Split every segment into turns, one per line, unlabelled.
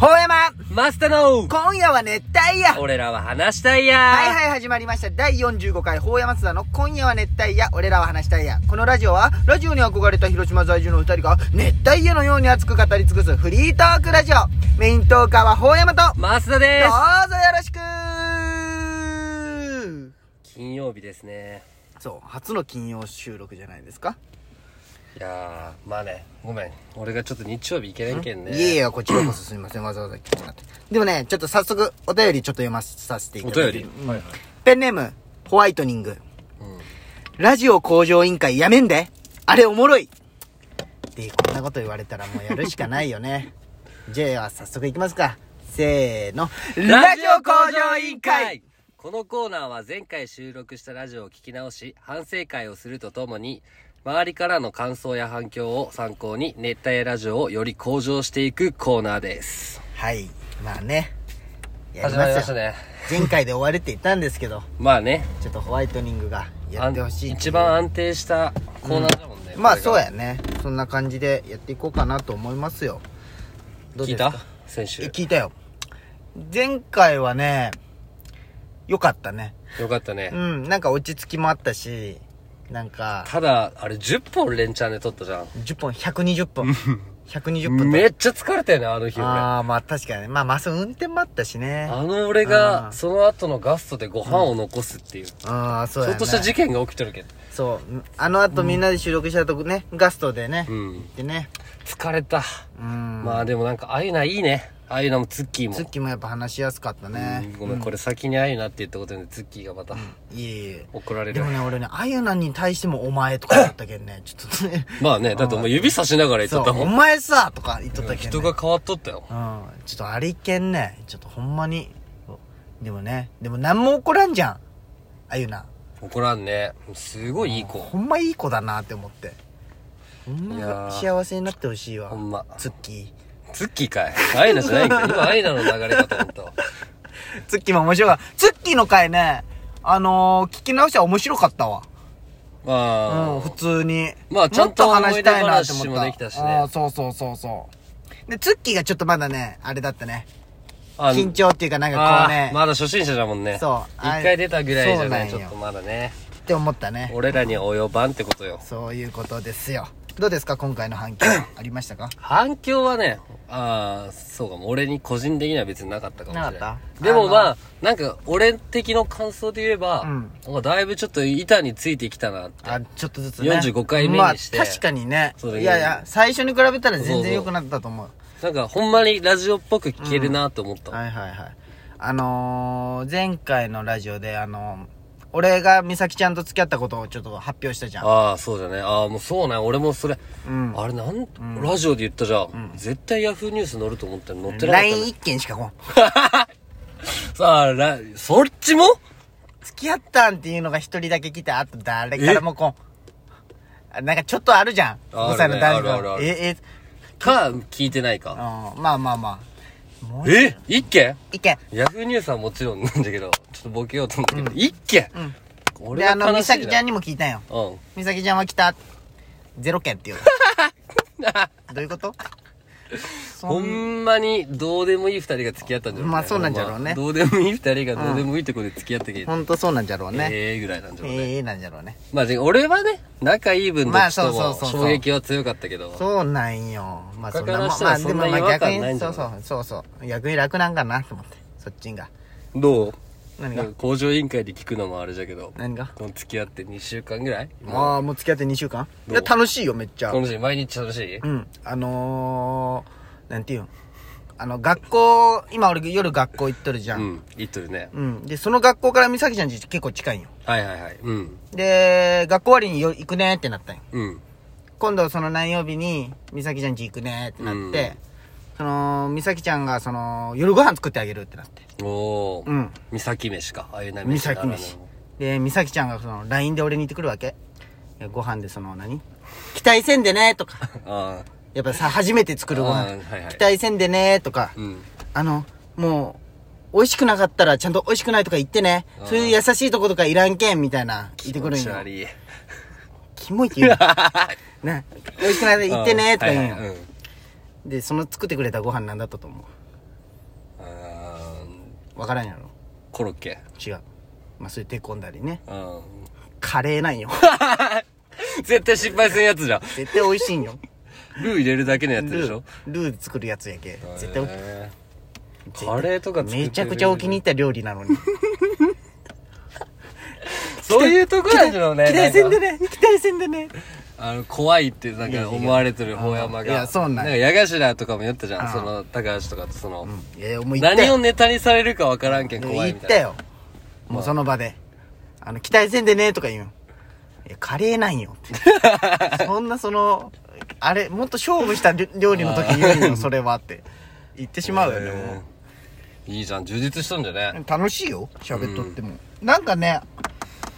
ほうやま
マスタの
今夜は熱帯夜
俺らは話したいや
はいはい始まりました第45回ほうやま津田の今夜は熱帯夜俺らは話したいやこのラジオはラジオに憧れた広島在住の2人が熱帯夜のように熱く語り尽くすフリートークラジオメイントーカーはほうやまとどう
マスタで
ぞよろしく
す金曜日ですね。
そう初の金曜収録じゃないですか、
いやー、まあね、ごめん。俺がちょっと日曜日行けれんけんね。
いえいえこちらこそすみませんわざわざ来てもらってでもねちょっと早速お便りちょっと読ませさせていた
お
だい
便
て
り。
うんペンネームホワイトニング
うん
ラジオ向上委員会やめんであれおもろいでこんなこと言われたらもうやるしかないよね J は早速いきますかせーのラジオ向上委員会
このコーナーは前回収録したラジオを聞き直し、反省会をするとともに、周りからの感想や反響を参考に、熱帯夜ラジオをより向上していくコーナーです。
はいまあねや
始
り
まり
ま
ますした
よ、
ね。
前回で終わるって言ったんですけど
まあね、
ちょっとホワイトニングがや
あ
っ
ん
てほしいっていう
一番安定したコーナーだもんね。
まあ
これが
そうや。ねそんな感じでやっていこうかなと思いますよどうで
聞い
すか
た先
え
週。
聞いたよ前回はね良かったね
よかったね
う。んなんか落ち着きもあったしなんか
ただ、あれ10本連チャンで撮ったじゃん。
10本120本120本
めっちゃ疲れたよね、あの日俺。あ
ああまあ確かにねまあまあそう運転もあったしね
の俺
あー
が、その後のガストでご飯を残すっていう、
ああそう
ち
やね
ょっとした事件が起きてるけど。
そうあの後みんなで収録したとこね、ガストでね、
うん。
でね
疲れた。
うん
まあでもなんか、あゆないいね。あゆなもツッキーも。
ツッキーもやっぱ話しやすかった
う
ね
んごめん、これ先にあゆなって言ったことで、ツッキーがまた、
いえいえ
怒られ
で
る
も。ね、俺ね、あゆなに対してもお前とかだったけ んね、ちょっとね。
まあね、だってお前指差しながら言っ
そ
とっ
う、
たも
お
ん。
前さとか言っとったけん、ね。
人が変わっとったよ。
うん。ちょっとありけんね、ちょっとほんまに。でもね、でも何も起こらんじゃん。あゆな。
怒らんね。すごいいい子。
ほんまいい子だなって思って。ほん
いや
ま
ー
幸せになってほしいわ。
ほんま。
ツッキ
ツッキーかい。あゆなじゃないんかい。今あゆなの流れかと思ったわ。
ー。ツッキーも面白かった。ツッキーの回ね、あのー、聞き直したら面白かったわ。
まあ。
うん、普通に。
まあちゃんと
もっ話したいなって思った。
思い出話もできたしね
あーそうそうそうそう。で、ツッキーがちょっとまだね、あれだったね。
あ
緊張っていうかなんかこうね
あー、まだ初心者だもんね。
そう
一
あれ
回出たぐらいじゃね、ち
そうな
ょ
んよ
っとまだね。
って思ったね。
俺らに及ばんってことよ。
そういうことですよ。どうですか今回の反響ありましたか
反響はね、ああ、そうかも。俺に個人的には別になかったかもしれない。
なかった
でもま
あ
あ、なんか、俺的の感想で言えば、
うん
なんかだいぶちょっと板についてきたなって。
あ、ちょっとずつね。
45回目にして
まあ確かにね。
そうだね
いやいや、最初に比べたら
そ
全
うそ
然
う
良くなったと思う。
なんか、ほんまにラジオっぽく聞けるなと思った。
はいはいはい。あのー、前回のラジオであのー、俺が美咲ちゃんと付き合ったことをちょっと発表したじゃん。
ああ、そうだね。ああ、もうそうね。俺もそれ、
うん。
あれなん、ラジオで言ったじゃん。絶対ヤフーニュース載ると思ったら載ってなかった、ね。
LINE1 件しかこん。
さあ、ラそっちも
付き合ったんっていうのが一人だけ来て、あと誰からもこん。あなんかちょっとあるじゃん。
あ
5歳の男
あるねある
女
あ
の。
る
え、え、
か、聞いてないか。
うん、まあまあまあ。もう
え一件
一件。
ヤフーニュースはもちろんなんだけど、ちょっとボケようと思ったけど、一件
ん
俺
で、あの、
が悲
美
しいな
咲ちゃんにも聞いたんよ。
うん。
美咲ちゃんは来た。ゼロ件って いう。どういうことそ
ほ
ん
んまに、どうでもいい二人が付き合ったんじゃろうね
まあそうなんじゃろうね
まあどうでもいい二人がどうでもいいってことで付き合ったけど、
ほんとそうなんじゃろうね。
ええぐらいなんじゃろうね。
ええなんじゃろうね。
まあ、で俺はね、仲いい分ど
まあ
っちと
そう
も
そうそうそう
衝撃は強かったけど、
そうなんよ。まあそんなもん。
他
ま
から
あ
したら
でもま
そんな
あ
違和
逆
感ないん
に、
じゃ
そう
ない
そう、そうそう。逆に楽なんかなと思って。そっちんが。
どう
何
な
が
んか工場委員会で聞くのもあれじゃけど、
何が
この付き合って2週間ぐらい
ああ、もう付き合って2週間い
どう
や、楽しいよ、めっちゃ。
楽しい毎日楽しい
うん。あのー、なんていうん。あの、学校、今俺夜学校行っとるじゃ。
うんん、言っとるね。
うん。で、その学校から美咲ちゃんち結構近いんよ。
はいはいはい。うん。
で、学校終わりによ行くねってなったんよ。
うん。
今度その何曜日に美咲ちゃんち行くねってなって、その、美咲ちゃんがその、夜ご飯作ってあげるってなって。
おー。
うん。
三崎飯か。あゆな
美
飯な
咲
らぬ。
飯。で、美咲ちゃんがその、LINE で俺に言ってくるわけ。いやご飯でその何、 期待せんでねとか。
あ
やっぱさ、初めて作るご
あ
飯
ーはいはい。
期待せんでねとか
あ。。うん。
あの、もう、美味しくなかったらちゃんと美味しくないとか言ってね。そういう優しいとことかいらんけん、みたいな、言ってくるん
気持ち
よ。
悪い。
キモいって言うの。な、美味しくないと言ってね、とか言うんよ。
あーはいはいうん
でその作ってくれたご飯なんだったと思
あー
うわからんやろ
コロッケ
違うまあそういう手込んだりね
うん
カレーなんよ
絶対失敗するやつじゃん
絶対美味しいんよ
ルー入れるだけのやつで
ル
し
ー
ょ
ルー作るやつやけ絶対
へ
絶
ー
対
カレーとか作ってる
めちゃくちゃお気に入った料理なのに
そういうとこなんだろうね
期待せんで
なんか
ね期待せんでね
あの怖いってなんか思われてる大山が
いやそうなんや
なんか矢頭とかも言ったじゃ
あ
ん
ー
その高橋とかとその
うんいやもう言った
何を
よ
ネタにされるかわからんけん怖
言
い
っ
みたい
た
な
よもうその場であの期待せんでねとか言うんいやカレーなん よってそんなそのあれもっと勝負した料料理の時言 うよそれはって言ってしまうよねもう
いいじゃん充実しとんじゃね
楽しいよ喋っとっても、なんかね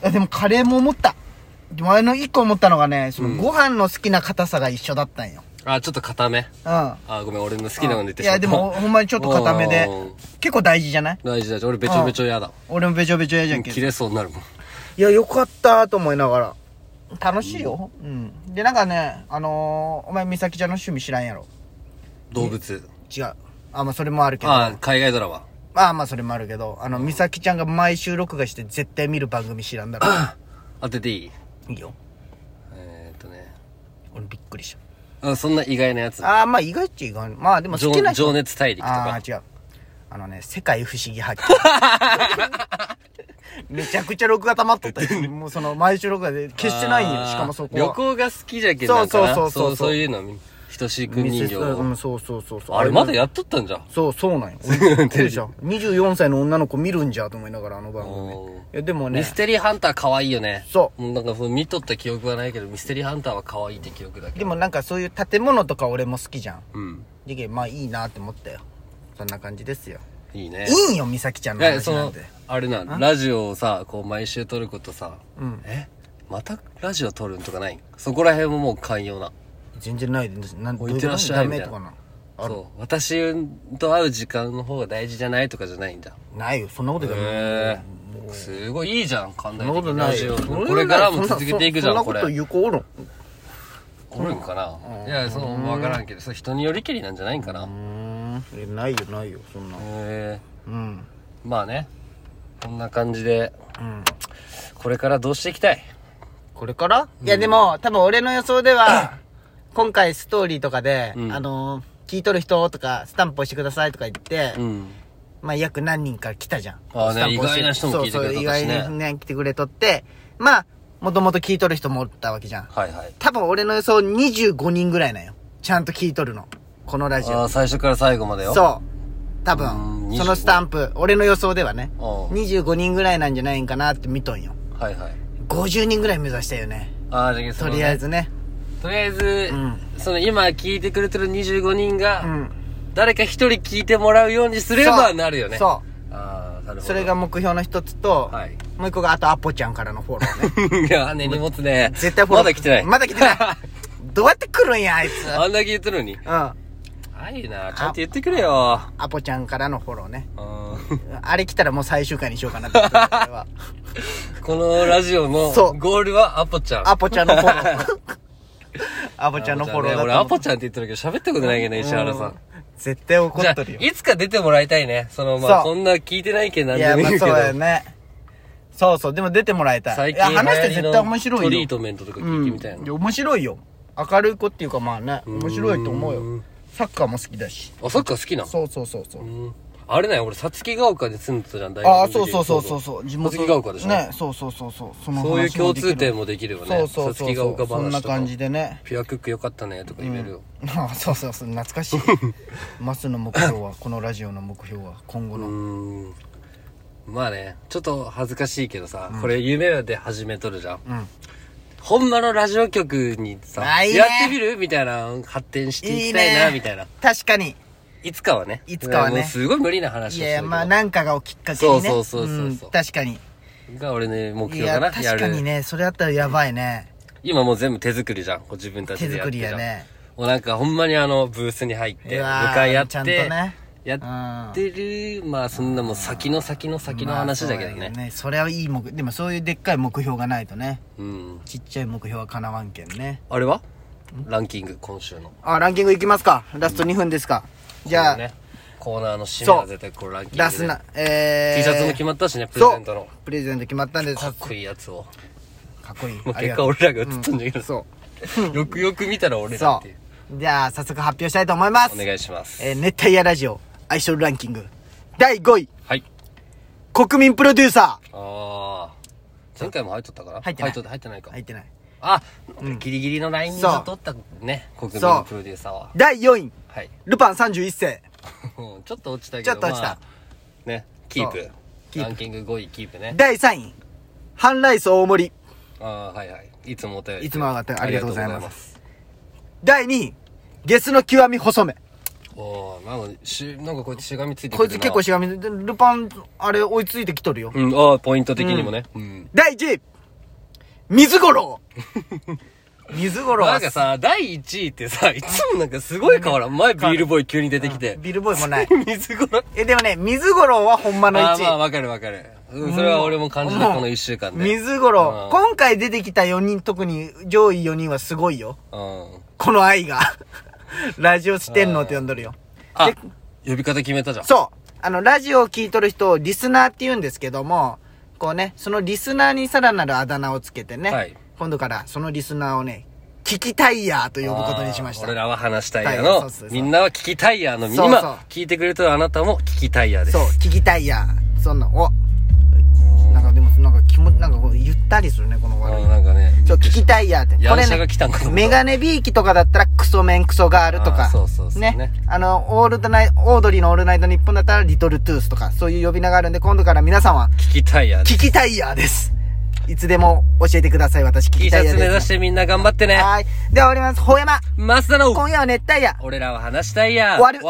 いやでもカレーも思った前の一個思ったのがねそのご飯の好きな硬さが一緒だったんよ
あちょっと固め
うん好
あごめん俺の好きなの出て
いやで もほんまにちょっと固めで
うん
結構大事じゃない
大事大事俺べちょべちょ嫌だ
俺もべちょべちょやじゃんけ
切
ど
れそうになるもん
いやよかったと思いながら楽しいようんでなんかねあのーお前美咲ちゃんの趣味知らんやろ
動物
違うあまあそれもあるけど
あ海外ドラマ
まあまあそれもあるけどあの美咲ちゃんが毎週録画して絶対見る番組知らんだろ
当てていい
いいよ
えーっとね
俺びっくりした
あそんな意外なやつ
ああまあ意外っちゃ意外まあでも好き
情
な人
情熱大陸と
ああ
か
ー違うあのね「世界不思議発見」 めちゃくちゃ録画溜まっとったよもうその毎週録画で消してないん
あ
よ
ー
しかもそこは
旅行が好きじゃけどなんかな
そうそうそうそう
そういうのみ等しい国人形
うんそうそうそうそう
あれまだやっとったんじゃん
そうそうなんよ
テレビ
じゃん24歳の女の子見るんじゃと思いながらあの番組
おー
いやでも
ミ
ね
ステリーハンター可愛いよね
そう
もうなんかその見とった記憶はないけどミステリーハンターは可愛いって記憶だけ
でもなんかそういう建物とか俺も好きじゃん
うん
でけまあいいなって思ったよそんな感じですよ
いいね
いいんよ美咲ちゃんの
え
話
そ
なん
の
て
あれなんラジオをさこう毎週撮ることさ、えまたラジオ撮るんとかないそこら辺ももう寛容な
全然ないですなん
置いてらっしゃ
ど
い
う
み
う
た
ことダ
い
メ
な
とかある
そう私と会う時間の方が大事じゃないとかじゃないんだ
なないよそんなことでも
へえすごいいいじゃん寛
そんな
大
こ
的
と
に
な
ラ
い
ジ
よ
オこれからも
そんな
続けていくじゃ
そ
ん
そ
こ
んなこと
れ
言う子おるん
おるんかないやその分からんけどそれ人によりけりなんじゃないんかな
うーんえないよないよそんな
へえ
うん
まあねこんな感じで
うん
これからどうしていきたい
これからいやでも、多分俺の予想では、 今回ストーリーとかで、
うん
あのー聞いとる人とか、スタンプ押してくださいとか言って、
うん
まあ約何人か来たじゃん。
あーね
スタンプ押して
意外な人も聞いてくれとったしね
そうそう、意外にね、来てくれとって、まあ、もともと聞いとる人もおったわけじゃん。
はいはい
多分俺の予想25人ぐらいなんよ。ちゃんと聞いとるの。このラジ
あ
オ
ー。最初から最後までよ
そう。多
う
分
ー、ん
そのスタンプ、俺の予想ではね、
うん
25人ぐらいなんじゃないんかなって見とんよ。
はいはい
50人ぐらい目指したよね。
あーじゃあそ
と
の
りあえずね。
とりあえず、
うん
その今聞いてくれてる25人が、
うん。
誰か一人聞いてもらうようにすれ
そ
ば
う
なるよね
そう
ああなるほ
う
ど
それが目標の一つと、
はい
もう一個があとアポちゃんからのフォローね
いや姉に持つね
絶対フォロー
まだ来てない
まだ来てない どうやって来るんやあいつうん
あんだけ言ってるのにあいいなちゃんと言ってくれよ
アポちゃんからのフォローね
うん
あれ来たらもう最終回にしようかなって思ってる俺 は
このラジオの
そう
ゴールはアポちゃん
アポちゃんのフォロ ーアポちゃんのフォローだ
ね
と
俺アポちゃんって言ってるけど喋ったことないけどね石原さ
うん絶対怒
じゃ
っ
あ
とるよ
いつか出てもらいたいねそのまあ
そう
こんな聞いてないけど
い
何
や
で
ま
も
あ
いいけ
そ
ど
うやねそうそうでも出てもらいたい
最
い
近
や話して
流行り
絶
の
対面白いよ
トリートメントとか聞いてみたいな、
うんや面白いよ明るい子っていうかまあね面白いと思うよサッカーも好きだし
あ、サッカー好きなの
そうそうそうそう
うんあれね、俺、さつきが丘で住んでたじゃん、大
ああ
の時
そうそうそうそうそう
さつきが丘でしょ
ねそうそうそうそうその話
そういう共通点
も
もできるよ
でき
ね。
るそうそう
さ
そ
つき
う
が
そ
丘
う
話と
そ
か。
んな感じでね
ピュアクックよかったね、とか言えるよ。
ああそうそうそう懐か しいマスの目標はこのラジオの目標は今後
う
の
ーん。まあね、ちょっと恥ずかしいけどさ、これ夢で始めとるじゃん。
うん
ほんまのラジオ局にさ、
あいいね
やってみるみたいな、発展していきたいな、
ね
みたいな。
確かに
いつかはね。
いつかはね
もうすごい無理な話をし
い
てる
や
けど
まあなんかがおきっかけにね
そうそうそうそうそうん
確かに
が俺ね、目
い
標か
や
な、や
確かに
る。
ねそれあったらやばいね
今もう全部手作りじゃん、こう自分たち
手
でやっ
作
て
り
じゃん
やね
もうなんかほんまにあのブースに入って
う
向
わー
かい合って
ちゃんとね
やってるまあそんなもう先の先の先の話だけ
まあ
ど
そう
ね,、
やねそれはいい目でもそういうでっかい目標がないとね
うん
ちっちゃい目標は叶わんけんね
あれはランキング、今週の。
あ、ランキングいきますか。ラスト2分ですか。じゃあ、
このね、コーナーの締めは絶対これランキングで。
出すな、えー、
T シャツも決まったしね、プレゼントの
そ。うプレゼント決まったんです。
かっこいいやつを。
かっこいい。
もう
ありが
結果
とう
俺らが映ったんだけど、
そ
よくよく見たら俺
う。
らっ
そ
ていう。
う。じゃあ、早速発表したいと思います。
お願いします。
えー、熱帯夜ラジオ、相性ランキング。第5位、
はい。
国民プロデューサ
あー。前回も入っとったから
入ってない
入っと入ってないか
ー。。入ってない。
あ、ギリギリのラインに
そう
取ったね、国民
そう
プロデューサーは。
第4位、
はい。
ルパン31世。
うんちょっと落ちたけど。
ちょっと落ちた
まあね、キープ。
キープ
ランキング5位キープね。
第3位、ハンライス大盛り。
あーはいはい。いつもお便り。
いつもお便りありがとうございます
ありがとうす。
第2位、ゲスの極み細め。
おー、なんか、し、なんかこいつしがみついてく
こい
るな
つ結構しがみ、でルパン、あれ追いついてきとるよ。
うん、ああ、ポイント的にもね。うん。
第1位、水五 郎。水五郎
な
は
んかさ、第1位ってさ、いつもなんかすごい変わらん。前ビールボーイ急に出てきて。
ビルボーイもない。
水ごろ。
え、でもね、水五郎はほんまの
まあ
1
まあ、
位。
わかるわかる。うん、それは俺も感じた、
もう
この1週間で。
水五
う
郎
ん。
今回出てきた4人、特に上位4人はすごいよ。
うん。
この愛が。 ラジオ四天王って呼んどるよ。
あ
で、
呼び方決めたじゃん。
そう。あの、ラジオを聞いとる人をリスナーって言うんですけども、こうね、そのリスナーにさらなるあだ名をつけてね、
はい
今度からそのリスナーをね、聞きタイヤーと呼ぶことにしまし
あ
た
ー。俺らは話したいや
そう
の
そうそ、う
みんなは聞きたいやの、
そうそう
今、聞いてくれてるあなたも聞きたいやです
そう。、聞きタイヤー。そんな、おなんかでも、なんか気持ち、なんかこうゆったりするね、この
あ
悪い
ー。なんかね、
そう、聞きタイヤーって。
ヤ
こ
ン
れ
シャが来たんかと
ね、
思った
メガネビーキとかだったらクソメンクソガールと
あ
か。
ーそうそうそうね
あの、オールドナイ、オードリーのオールナイトニッポンだったらリトルトゥースとか、そういう呼び名があるんで、今度から皆さんは
聞きたいやです。
聞きタイヤーです。いつでも教えてください。私聞
T
き
シ
タイ
ャ
ヤー
ツ
です、
目指してみんな頑張ってね。
はい。では終わります。ほうやま、
マスダの
今夜は熱帯夜。
俺らは話したいや。
終わる